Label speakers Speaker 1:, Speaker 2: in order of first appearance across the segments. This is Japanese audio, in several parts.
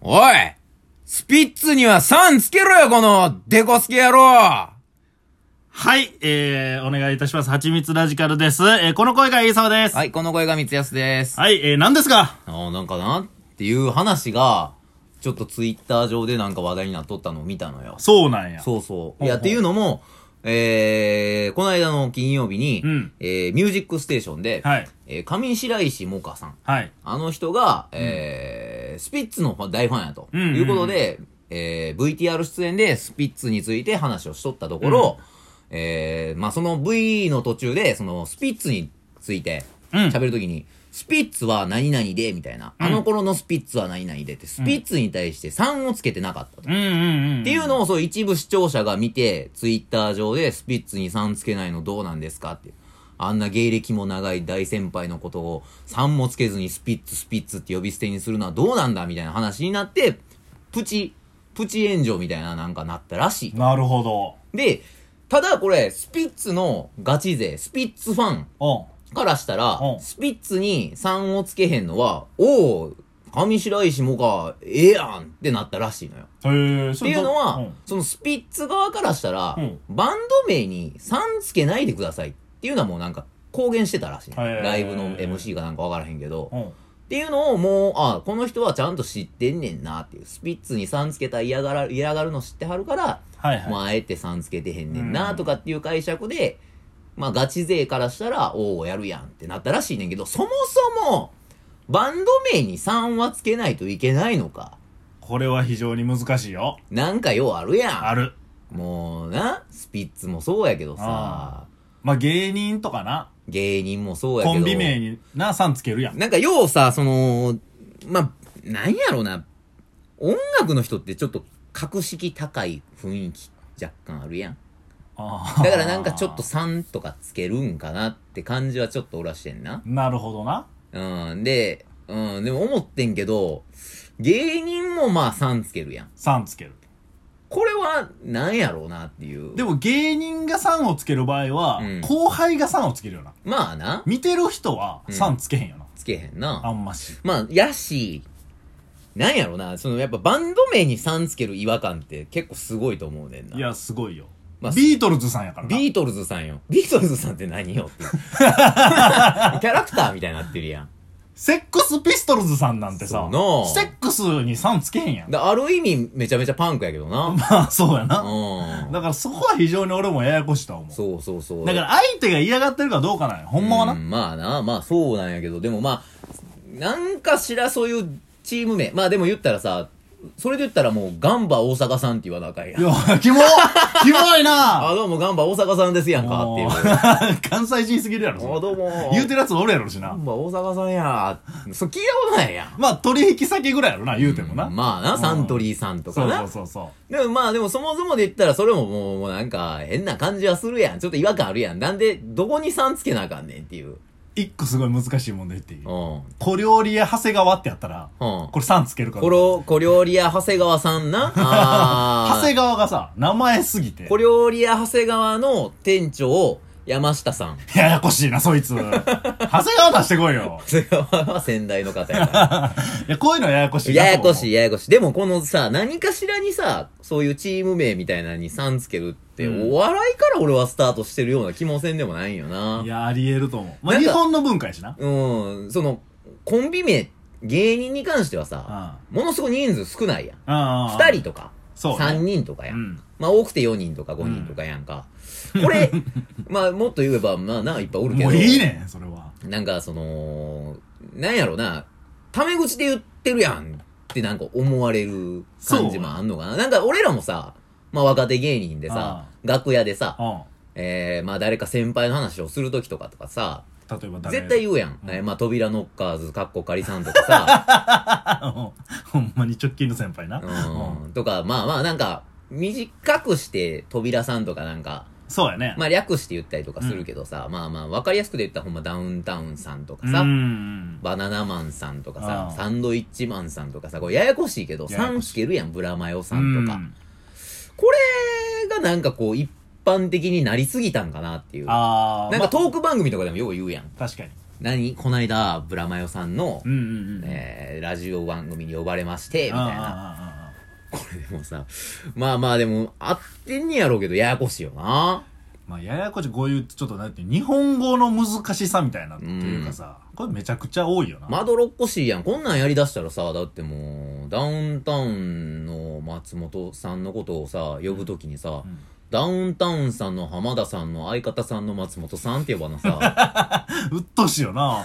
Speaker 1: おいスピッツには3つけろよ、この、デコスケ野郎
Speaker 2: はい、えー、お願いいたします。はちみつラジカルです。えー、この声がいいそうです。は、
Speaker 1: はいい、この声が三安です。
Speaker 2: えー、何ですか
Speaker 1: ああ、なんかなっていう話が、ちょっとツイッター上でなんか話題になっとったのを見たのよ。
Speaker 2: そうなんや。
Speaker 1: そうそう。
Speaker 2: ほう
Speaker 1: いや、
Speaker 2: ほう
Speaker 1: っていうのも、えー、この間の金曜日に、
Speaker 2: うん
Speaker 1: えー、ミュージックステーションで、
Speaker 2: はい。
Speaker 1: えー上白石萌歌さん。
Speaker 2: はい。
Speaker 1: あの人が、えースピッツの大ファンやと。
Speaker 2: うんうんうん
Speaker 1: いうことで、えー VTR 出演でスピッツについて話をしとったところ、えーまあその V の途中で、そのスピッツについて
Speaker 2: うん
Speaker 1: 喋るときに、スピッツは何々で、みたいな、あの頃のスピッツは何々でって、スピッツに対して3をつけてなかったと。
Speaker 2: うんうんうん。
Speaker 1: っていうのを、そう、一部視聴者が見て、ツイッター上で、スピッツに3つけないのどうなんですかっていう。あんな芸歴も長い大先輩のことを、3もつけずにスピッツ、スピッツって呼び捨てにするのはどうなんだみたいな話になって、プチ、プチ炎上みたいななんかなったらしい。
Speaker 2: なるほど。
Speaker 1: で、ただこれ、スピッツのガチ勢、スピッツファン
Speaker 2: おん。
Speaker 1: からしたら、
Speaker 2: うん
Speaker 1: スピッツに3をつけへんのは、おお、上白石萌歌、ええやんってなったらしいのよ。
Speaker 2: へえ、っ
Speaker 1: っていうのは、
Speaker 2: うん、
Speaker 1: そのスピッツ側からしたら、
Speaker 2: うん
Speaker 1: バンド名に「さん」つけないでくださいっていうのはもうなんか公言してたらしい、
Speaker 2: ー
Speaker 1: ライブの MC かなんかわからへんけど、
Speaker 2: う
Speaker 1: っ
Speaker 2: ん。
Speaker 1: ていうのをもうあこの人はちゃんと知ってんねんなっていうスピッツに「さん」つけたら嫌がら嫌がるの知ってはるから、
Speaker 2: はいはい。
Speaker 1: もうあえて「さん」つけてへんねん
Speaker 2: う
Speaker 1: なんとかっていう解釈で、まあガチ勢からしたら「おおやるやん」ってなったらしいねんけどそもそもバンド名に「さん」はつけないといけないのか
Speaker 2: これは非常に難しいよ。
Speaker 1: なんかようあるやん
Speaker 2: ある。
Speaker 1: もうな、スピッツもそうやけどさ、
Speaker 2: まあ、芸人とかな、
Speaker 1: 芸人もそうやけど。
Speaker 2: コンビ名にな、さんつけるやん。
Speaker 1: なんかようさ、その、まあ、なんやろな、音楽の人ってちょっと格式高い雰囲気若干あるやん。
Speaker 2: あー
Speaker 1: だからなんかちょっと3とかつけるんかなって感じはちょっとおらしてんな。
Speaker 2: なるほどな。
Speaker 1: うん、で、うん、でも思ってんけど、芸人もまあ3つけるやん。
Speaker 2: さんつける。
Speaker 1: これはなんやろうなっていう。
Speaker 2: でも芸人がさんをつける場合は、
Speaker 1: うん
Speaker 2: 後輩がさんをつけるよな。
Speaker 1: まあな、
Speaker 2: 見てる人は
Speaker 1: うん
Speaker 2: さんつけへんよな。
Speaker 1: つけへんな。
Speaker 2: あんまし。
Speaker 1: まあ、やし、なんやろな、そのやっぱバンド名にさんつける違和感って結構すごいと思うねんな。
Speaker 2: いや、すごいよ。
Speaker 1: まあ
Speaker 2: ビートルズさんやからな。
Speaker 1: ビートルズさんよ。ビートルズさんって何よって。キャラクターみたいになってるやん。
Speaker 2: セックスピストルズさんなんてさ、
Speaker 1: そうな
Speaker 2: セックスにさんつけへんやん。
Speaker 1: だある意味めちゃめちゃパンクやけどな。
Speaker 2: まあ、 そうやな。
Speaker 1: う
Speaker 2: だからそこは非常に俺もややこしいとは思
Speaker 1: ん。
Speaker 2: う。
Speaker 1: そうそうそう。
Speaker 2: だから相手が嫌がってるかどうかなんよ。ほんまは
Speaker 1: う
Speaker 2: な。
Speaker 1: んまあな、まあそうなんやけど、でもまあ、なんかしらそういうチーム名。まあでも言ったらさ、それで言ったらもうガンバ大阪さんって言わなあかんや
Speaker 2: い
Speaker 1: ん。
Speaker 2: や、キ モキモいな
Speaker 1: あ、どうもガンバ大阪さんですやんかっていう
Speaker 2: も。う関西人すぎるやろ、それ
Speaker 1: あどうも
Speaker 2: 言うてるやつおるやろしな。
Speaker 1: まあ大阪さんやそう聞いたことないやん。
Speaker 2: まあ、取引先ぐらいやろな、言うてもな。
Speaker 1: まあな、サントリーさんとか
Speaker 2: そうそ
Speaker 1: な
Speaker 2: う。そうそう。
Speaker 1: でもまあでもそもそもで言ったらそれももうもうなんか変な感じはするやん。ちょっと違和感あるやん。なんでどこにさんつけなあかんねんっていう。
Speaker 2: 一個すごい難しい問題言っていい
Speaker 1: うん。うん。
Speaker 2: 小料理屋長谷川ってやったら、
Speaker 1: こ
Speaker 2: これ3つけるから。
Speaker 1: れ、小料理屋長谷川さんな。あ
Speaker 2: 長
Speaker 1: ー
Speaker 2: 谷川がさ、名前すぎて。
Speaker 1: 小料理屋長谷川の店長、山下さん。
Speaker 2: ややこしいな、そ いつ。長谷川出してこいよ。
Speaker 1: 長谷川は先代の方やから。
Speaker 2: いや、こういうのややこしいな
Speaker 1: や
Speaker 2: と
Speaker 1: や
Speaker 2: 思う。
Speaker 1: こしい、ややこしい。でもこのさ、何かしらにさ、そういうチーム名みたいなのにさんつけるって、
Speaker 2: うん。
Speaker 1: お笑いから俺はスタートしてるような気もせんでもないんよない
Speaker 2: や、あり得ると思う。まあ、
Speaker 1: なん
Speaker 2: 日
Speaker 1: か
Speaker 2: 本の文化やしな。
Speaker 1: うん、その、コンビ名、芸人に関しては
Speaker 2: うん。うん
Speaker 1: さ、ものすごい人数少ないやん。
Speaker 2: うんうん。
Speaker 1: 二人とか、
Speaker 2: そうね。
Speaker 1: 三人とかや。
Speaker 2: うんん。
Speaker 1: まあ多くて四人とか五人とかやんか。こ れ、まあもっと言えば、まあな、いっぱいおるけど。
Speaker 2: もういいねん、それは。
Speaker 1: なんかその、なんやろな、タメ口で言ってるやんってなんか思われる感じもあんのかな。なんか俺らもさ、まあ若手芸人でさ
Speaker 2: あ、
Speaker 1: 楽屋でさ、
Speaker 2: う
Speaker 1: えー、まあ誰か先輩の話をするときとかとかさ、
Speaker 2: ん。例えば誰
Speaker 1: 絶対言うやん。
Speaker 2: うん
Speaker 1: えーまあ扉ノッカーズ、カッコカリさんとか さ、
Speaker 2: うん ほんまに直近の先輩な。うん。
Speaker 1: うん、とか、まあまあなんか、短くして扉さんとかなんか、
Speaker 2: そうやね。
Speaker 1: まあ略して言ったりとかするけどさ、まあまあわかりやすくで言ったらほんまダウンタウンさんとかさ、
Speaker 2: うん。
Speaker 1: バナナマンさんとか
Speaker 2: あ
Speaker 1: さ
Speaker 2: あ、
Speaker 1: サンドイッチマンさんとかさ、これややこしいけど、
Speaker 2: やや
Speaker 1: さ
Speaker 2: こしい
Speaker 1: んつけるやん、ブラマヨさ
Speaker 2: うんん
Speaker 1: とか。これがなんかこう、一般的になりすぎたんかなっていう。な
Speaker 2: あー。
Speaker 1: んか
Speaker 2: ま
Speaker 1: トーク番組とかでもよう言うやん。
Speaker 2: あ確かに。
Speaker 1: 何こないだ、ブラマヨさんの、
Speaker 2: うんうんうん。
Speaker 1: えーラジオ番組に呼ばれまして、みたいな。
Speaker 2: ああ
Speaker 1: これでもさ、まあまあでも、合ってんねやろうけど、ややこしいよな。
Speaker 2: まあ、ややこしい、こういう、ちょっとなんていう、日本語の難しさみたいな、っていうかさ、これめちゃくちゃ多いよな。
Speaker 1: まどろっこしいやん。こんなんやりだしたらさ、だってもう、ダウンタウンの松本さんのことをさ、呼ぶときにさ、
Speaker 2: ん
Speaker 1: ダウンタウンさんの浜田さんの相方さんの松本さんって呼ばな さ、
Speaker 2: うっとうしいよな。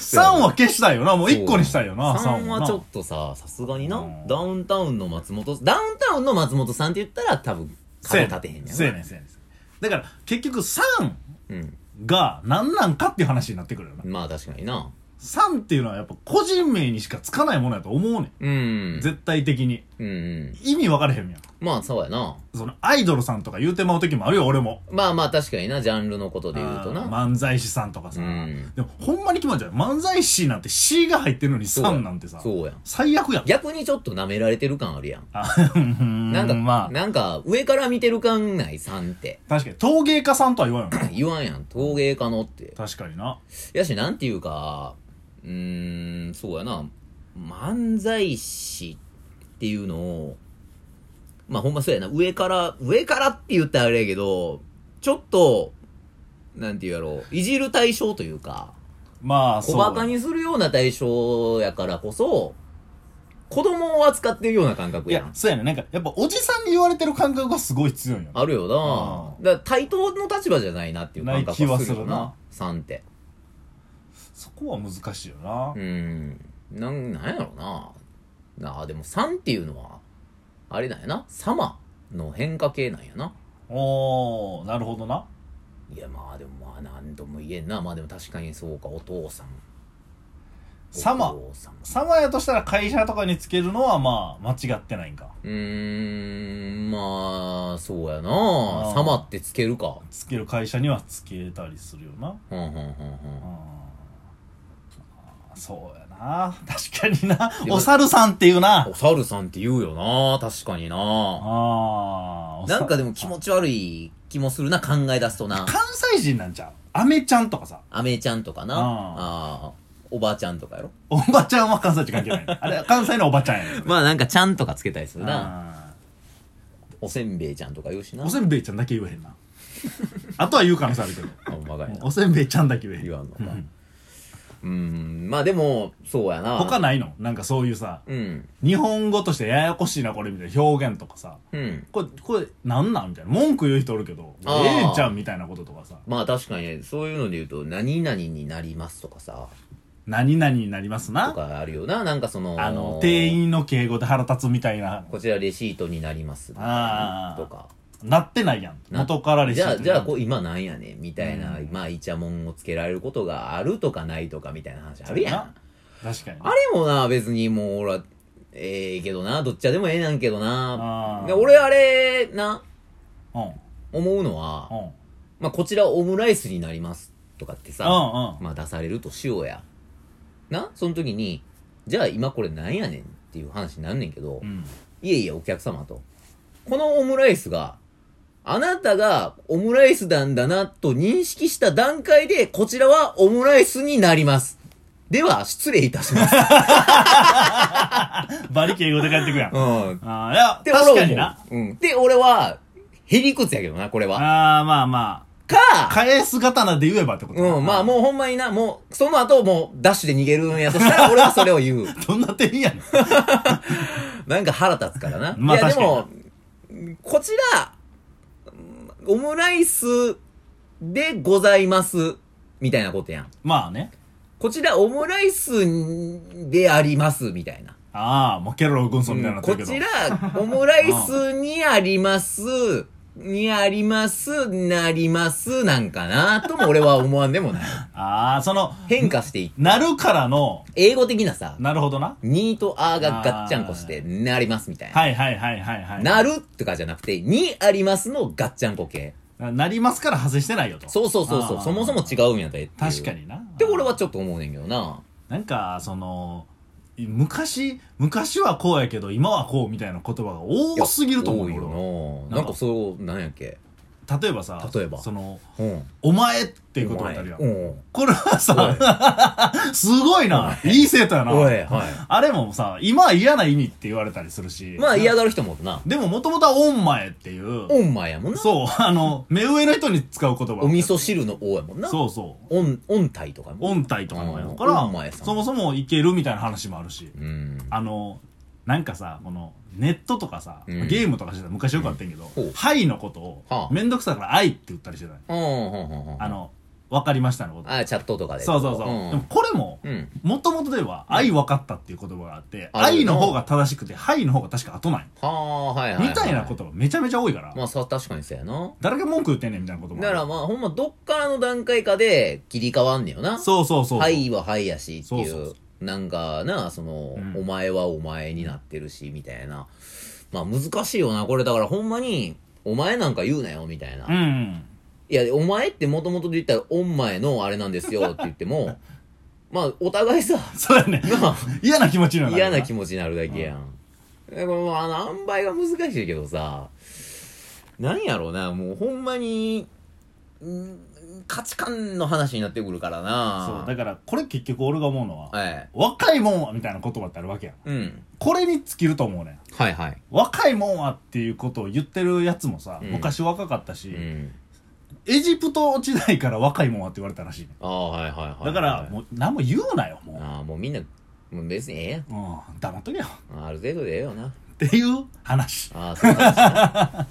Speaker 2: 3は消したいよな。もう1個にしたいよな、
Speaker 1: さん
Speaker 2: 3は
Speaker 1: は
Speaker 2: な。
Speaker 1: ちょっとさ、さすがにな
Speaker 2: う、ん
Speaker 1: ダウンタウンの松本、ダウンタウンの松本さんって言ったら多分、
Speaker 2: せ
Speaker 1: 角
Speaker 2: や
Speaker 1: 立てへんや
Speaker 2: せや
Speaker 1: ん。
Speaker 2: ねん、せやねん。だから、結局3
Speaker 1: うん。
Speaker 2: が何なんかっていう話になってくるよな。
Speaker 1: まあ確かにな。
Speaker 2: 3っていうのはやっぱ個人名にしかつかないものやと思うねん。
Speaker 1: うん。
Speaker 2: 絶対的に。
Speaker 1: うんうん。
Speaker 2: 意味分かれへんやん。
Speaker 1: まあそうやな。
Speaker 2: その、アイドルさんとか言うてまう時もあるよ、俺も。
Speaker 1: まあまあ確かにな、ジャンルのことで言うと
Speaker 2: あ
Speaker 1: な。
Speaker 2: ー漫才師さんとかさ。
Speaker 1: うん
Speaker 2: でも、ほんまに気持ち悪い。漫才師なんて C が入ってるのに
Speaker 1: そうや
Speaker 2: 3なんてさ。
Speaker 1: そうやん。
Speaker 2: 最悪やん。
Speaker 1: 逆にちょっと舐められてる感あるやん。
Speaker 2: あうん
Speaker 1: なんか、
Speaker 2: まあ、
Speaker 1: なんか、上から見てる感ない、さんって。
Speaker 2: 確かに、陶芸家さんとは言わんよな。
Speaker 1: 言わんやん、陶芸家のって。
Speaker 2: 確かにな。
Speaker 1: やし、なんていうか、うーん、そうやな、漫才師っていうのを、まあほんまそうやな、上から、上からって言ったらあれやけど、ちょっと、なんていうやろう、いじる対象というか、
Speaker 2: まあ、
Speaker 1: 小
Speaker 2: そう。
Speaker 1: 馬鹿にするような対象やからこそ、子供を扱ってるような感覚
Speaker 2: い
Speaker 1: や
Speaker 2: や
Speaker 1: ん、。
Speaker 2: そうやね。なんか、やっぱおじさんに言われてる感覚がすごい強いんよ。
Speaker 1: あるよな
Speaker 2: う
Speaker 1: だから対等の立場じゃないなっていう感覚はするよ
Speaker 2: ない
Speaker 1: な。3って。
Speaker 2: そこは難しいよな
Speaker 1: う。ん。なん、なんやろな。なあ、でも3っていうのは、あれなんやな。様の変化系なんやな。
Speaker 2: おー、なるほどな。
Speaker 1: いや、まあでもまあ何とも言えんな。まあでも確かにそうか、お父さん。
Speaker 2: 様
Speaker 1: お父さん。
Speaker 2: 様やとしたら会社とかにつけるのはまあ、間違ってないんか。
Speaker 1: うーん、まあ、そうや
Speaker 2: あ
Speaker 1: な。
Speaker 2: ー
Speaker 1: 様ってつけるか。
Speaker 2: つける会社にはつけたりするよな。
Speaker 1: うん、うん、うん、うん。
Speaker 2: うん。そうやな。確かにな。
Speaker 1: でも
Speaker 2: お猿さんっていうな。
Speaker 1: お猿さんって言うよな。確かにな。
Speaker 2: あー。
Speaker 1: なんかでも気持
Speaker 2: ち。
Speaker 1: ち悪い気もするな、考え出すとな。
Speaker 2: 関西人なんちゃうアメちゃんとかさ。
Speaker 1: アメちゃんとかな。
Speaker 2: うん
Speaker 1: ああおばあちゃんとかやろ。
Speaker 2: おばちゃんは関西人関係ない。あれ、関西のおばちゃんやねん。
Speaker 1: まあなんかちゃんとかつけたりするな。
Speaker 2: な。
Speaker 1: おせんべいちゃんとか言うしな。
Speaker 2: おせんべいちゃんだけ言えへんな。あとは言う可能性あるけど。
Speaker 1: あほんまかいな
Speaker 2: お。せんべいちゃんだけ言えへ
Speaker 1: 言
Speaker 2: ん。
Speaker 1: わんのか。うん、まあでも、そうやな。
Speaker 2: 他ないのなんかそういうさ、
Speaker 1: うん。
Speaker 2: 日本語としてややこしいなこれみたいな表現とかさ、
Speaker 1: うん。
Speaker 2: これ、これなんなんみたいな。文句言う人おるけど、え
Speaker 1: あー
Speaker 2: えちゃんみたいなこととかさ、
Speaker 1: まあ確かに、そういうので言うと、何々になりますとかさ、
Speaker 2: 何々になります
Speaker 1: と
Speaker 2: な。
Speaker 1: かあるよな。なんかその、
Speaker 2: あの、店員の敬語で腹立つみたいな、
Speaker 1: こちらレシートになりますみたいな
Speaker 2: あー
Speaker 1: とか。
Speaker 2: なってないやん。
Speaker 1: な
Speaker 2: 元からレシ
Speaker 1: じ
Speaker 2: ー
Speaker 1: ゃ
Speaker 2: ト
Speaker 1: あ、
Speaker 2: に
Speaker 1: じゃあこう今なんやねんみたいな、
Speaker 2: うん
Speaker 1: まあイチャモンをつけられることがあるとかないとかみたいな話あるやん。
Speaker 2: な確かに。
Speaker 1: あれもな、別にもう俺は、ええけどな、どっちでもええなんけどな
Speaker 2: あ。ー
Speaker 1: で俺あれ、な、
Speaker 2: うん。
Speaker 1: 思うのは、
Speaker 2: うん。うん
Speaker 1: まあこちらオムライスになりますとかってさ、
Speaker 2: うん。
Speaker 1: まあ出されるとしようや。な、その時に、じゃあ今これなんやねんっていう話になんねんけど、
Speaker 2: うん。
Speaker 1: いえいえ、お客様と。このオムライスが、あなたがオムライスなんだなと認識した段階で、こちらはオムライスになります。では、失礼いたします。
Speaker 2: バリ敬語で帰ってくやん。
Speaker 1: う
Speaker 2: あ
Speaker 1: ん。っ
Speaker 2: あ、いや、
Speaker 1: て俺は思う
Speaker 2: 確かにな。。
Speaker 1: うん。で、俺は、へりくつやけどな、これは。
Speaker 2: ああ、まあまあ。
Speaker 1: か、
Speaker 2: 返す刀で言えばってこと
Speaker 1: うん、まあ
Speaker 2: う。
Speaker 1: もうほんまにな、もう、その後もう、ダッシュで逃げるんやとしたら、俺はそれを言う。
Speaker 2: どんな店員やね ん。
Speaker 1: なんか腹立つからな。
Speaker 2: まあ
Speaker 1: いや、で
Speaker 2: 確
Speaker 1: も、こちら、うんオムライスでございます、みたいなことやん。
Speaker 2: まあね。
Speaker 1: こちらオムライスであります、みたいな。
Speaker 2: ああ、もうケロロ軍曹みたいになって
Speaker 1: こ
Speaker 2: るけど。
Speaker 1: ちら、オムライスにあります、にあります、なります、なんかな、とも俺は思わんでもない。
Speaker 2: ああ、その、
Speaker 1: 変化していっ
Speaker 2: なるからの、
Speaker 1: 英語的なさ、
Speaker 2: なるほどな。
Speaker 1: にとあーがガッチャンコして、なります、みたいな。
Speaker 2: はいはいはいはいはい。
Speaker 1: なるとかじゃなくて、にありますのガッチャンコ系。
Speaker 2: ななりますから外してないよと。
Speaker 1: そうそうそうそ
Speaker 2: あ
Speaker 1: う。
Speaker 2: ー
Speaker 1: そもそも違うんやでっていう。
Speaker 2: 確か。にな。
Speaker 1: って俺はちょっと思うねんけどな。
Speaker 2: なんか、その、昔、昔はこうやけど、今はこうみたいな言葉が多すぎると思う
Speaker 1: 多い
Speaker 2: よ。俺は
Speaker 1: よな。な
Speaker 2: な
Speaker 1: んん
Speaker 2: か
Speaker 1: かそう、なんやっけ。
Speaker 2: 例えばさ
Speaker 1: 例えば
Speaker 2: その
Speaker 1: うん。
Speaker 2: 「お前」っていう言葉ってあるやん
Speaker 1: うん。
Speaker 2: これはさすごいないい生徒やな
Speaker 1: お い、は
Speaker 2: あれもさ今は嫌な意味って言われたりするし
Speaker 1: い。まあ嫌がる人もおるな。
Speaker 2: でももともとは「オンマエ」っていう
Speaker 1: おんまやもんな。
Speaker 2: そうあの目上の人に使う言葉
Speaker 1: お味噌汁の王やもんな。
Speaker 2: そうそう
Speaker 1: おん、おんたいとかも。
Speaker 2: 音体とかのやつか
Speaker 1: うん音前
Speaker 2: ら
Speaker 1: さん
Speaker 2: そもそもいけるみたいな話もあるし
Speaker 1: うん。
Speaker 2: あのなんかさこのネットとかさ、
Speaker 1: うん
Speaker 2: ゲームとかしてたら昔よくあったんやけど「
Speaker 1: うんほう
Speaker 2: はい」のことを、
Speaker 1: はあ
Speaker 2: めんどくさいから「愛」って言ったりしてたんや
Speaker 1: うん、うん、うんうん。
Speaker 2: あの「分かりました」のこと、
Speaker 1: あ、チャットとかで。
Speaker 2: そうそうそう、
Speaker 1: ん
Speaker 2: でもこれも
Speaker 1: うん。
Speaker 2: もともとでは「愛分かった」っていう言葉があって「
Speaker 1: ある
Speaker 2: 愛」の方が正しくて「はい」の方が確か後なんや
Speaker 1: はあ、はいはい。
Speaker 2: みたいな言葉めちゃめちゃ多いから、
Speaker 1: まあ、そう、確かにそうやな。
Speaker 2: 誰が文句言ってんねんみたいなこともあ
Speaker 1: だ
Speaker 2: る
Speaker 1: からまあ、ほんま、どっからの段階かで切り替わんねよな。
Speaker 2: そうそうそうそう
Speaker 1: はいははいやしっていう。
Speaker 2: そうそう
Speaker 1: なんかな、その、
Speaker 2: うん
Speaker 1: お前はお前になってるし、みたいな。まあ、難しいよな。これだからほんまに、お前なんか言うなよ、みたいな。
Speaker 2: うんうん
Speaker 1: いや、お前ってもともとで言ったら、おん前のあれなんですよって言っても、まあ、お互いさ、
Speaker 2: そうやね
Speaker 1: なあ
Speaker 2: 嫌な気持ちにはなる
Speaker 1: 嫌な気持ちになるだけやん。だからもう、あの、塩梅が難しいけどさ、なんやろうな、もうほんまに、ん価値観の話になってくるからな。
Speaker 2: そうだからこれ結局俺が思うのは
Speaker 1: はい。
Speaker 2: 若いもんはみたいな言葉ってあるわけやん
Speaker 1: うん。
Speaker 2: これに尽きると思うねん
Speaker 1: はいはい。
Speaker 2: 若いもんはっていうことを言ってるやつもさ、
Speaker 1: うん
Speaker 2: 昔若かったし、
Speaker 1: うん。
Speaker 2: エジプト時代から若いもんはって言われたらしいね
Speaker 1: ああ、はいはいはい。
Speaker 2: だから
Speaker 1: う、
Speaker 2: もう何も言うなよも
Speaker 1: ああ、もうみんな、もう別にええやん
Speaker 2: う、うん、黙っとけよ
Speaker 1: ある程度でええよな。
Speaker 2: っていう話
Speaker 1: ああ、そうだ。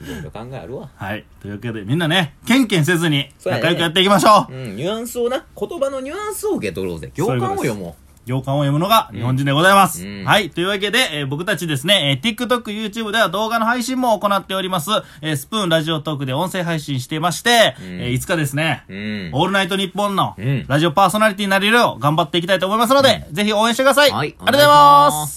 Speaker 1: いろいろ考えあるわ。
Speaker 2: はいというわけでみんなねケンケンせずに
Speaker 1: そうやね
Speaker 2: 仲良くやっていきましょう
Speaker 1: うん、ニュアンスをな、言葉のニュアンスを受け取ろうぜ。行
Speaker 2: そういうこ
Speaker 1: 間
Speaker 2: と
Speaker 1: を
Speaker 2: です
Speaker 1: 読も
Speaker 2: 行間を読むのが日本人でございます。
Speaker 1: うん
Speaker 2: はい。というわけで、えー僕たちですね、えー TikTok、YouTube では動画の配信も行っております。えースプーンラジオトークで音声配信していまして、
Speaker 1: ん
Speaker 2: えーいつかですね、
Speaker 1: う。うん。
Speaker 2: オールナイトニッポンの
Speaker 1: うん
Speaker 2: ラジオパーソナリティになれるよう頑張っていきたいと思いますので、ぜひ応援してください。
Speaker 1: はい
Speaker 2: ありがとうございます。